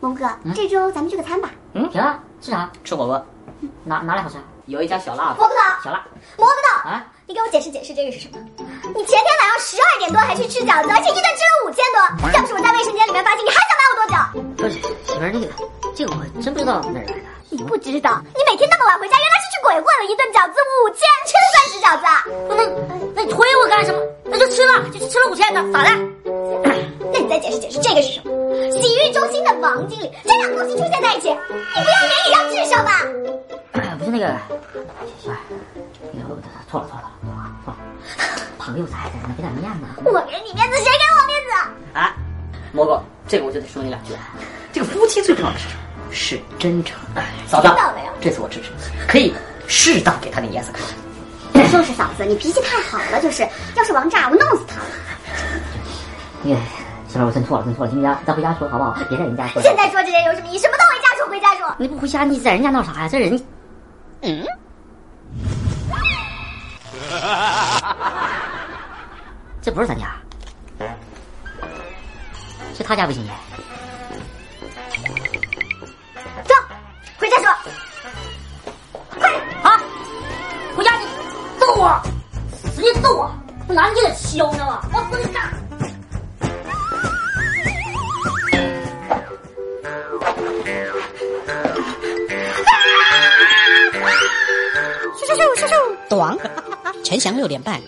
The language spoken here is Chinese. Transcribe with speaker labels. Speaker 1: 龙哥，这周咱们聚个餐吧。
Speaker 2: 嗯，行啊，吃啥？
Speaker 3: 吃火锅，
Speaker 2: 哪哪里好吃？啊
Speaker 3: 有一家小辣子
Speaker 1: 蘑，菇岛，
Speaker 3: 小辣
Speaker 1: 蘑菇岛，
Speaker 3: 啊，
Speaker 1: 你给我解释解释这个是什么？你前天晚上十二点多还去吃饺子，而且一顿吃了五千多。
Speaker 2: 哎
Speaker 1: 要不是我在卫生间里面发现，你还想骂我多久？
Speaker 2: 不是媳妇儿那个，这个我真不知道哪儿来的。
Speaker 1: 你不知道，你每天那么晚回家，原来是去鬼混了一顿饺子五千，吃了三十饺子。啊
Speaker 2: 那那你推我干什么？那就吃了，就吃了五千的，咋的？
Speaker 1: 那你再解释解释这个是什么？洗浴中心的王经理，这俩东西出现在一起，你不要脸也要智商吧？
Speaker 2: 哎，不是那个，媳妇儿，那个错了错了错了错了，朋友在呢，给点面子。
Speaker 1: 我给你面子，谁给我面子？
Speaker 3: 啊，蘑菇，这个我就得说你两句了。这个夫妻最重要的是什么？是真诚。
Speaker 2: 哎
Speaker 3: 嫂子
Speaker 1: 知道了呀，
Speaker 3: 这次我支持你，可以适当给他点颜色看。
Speaker 1: 就是嫂子，你脾气太好了，就是，要是王炸，我弄死他了。
Speaker 2: 那个哎媳妇儿，我真错了真错了，你家咱回家说好不好？别在人家说。
Speaker 1: 现在说这些有什么意义？什么都回家说，回家说。
Speaker 2: 你不回家，你在人家闹啥呀？这人 这不是咱家，是他家卫生间。
Speaker 1: 走，回家说。
Speaker 2: 啊！回家你揍我，使劲揍我，不拿你也得削，你知道吗？ 我揍你
Speaker 1: 啊
Speaker 2: 干！
Speaker 1: 咻咻咻咻咻。
Speaker 4: 啊短，陈翔六点半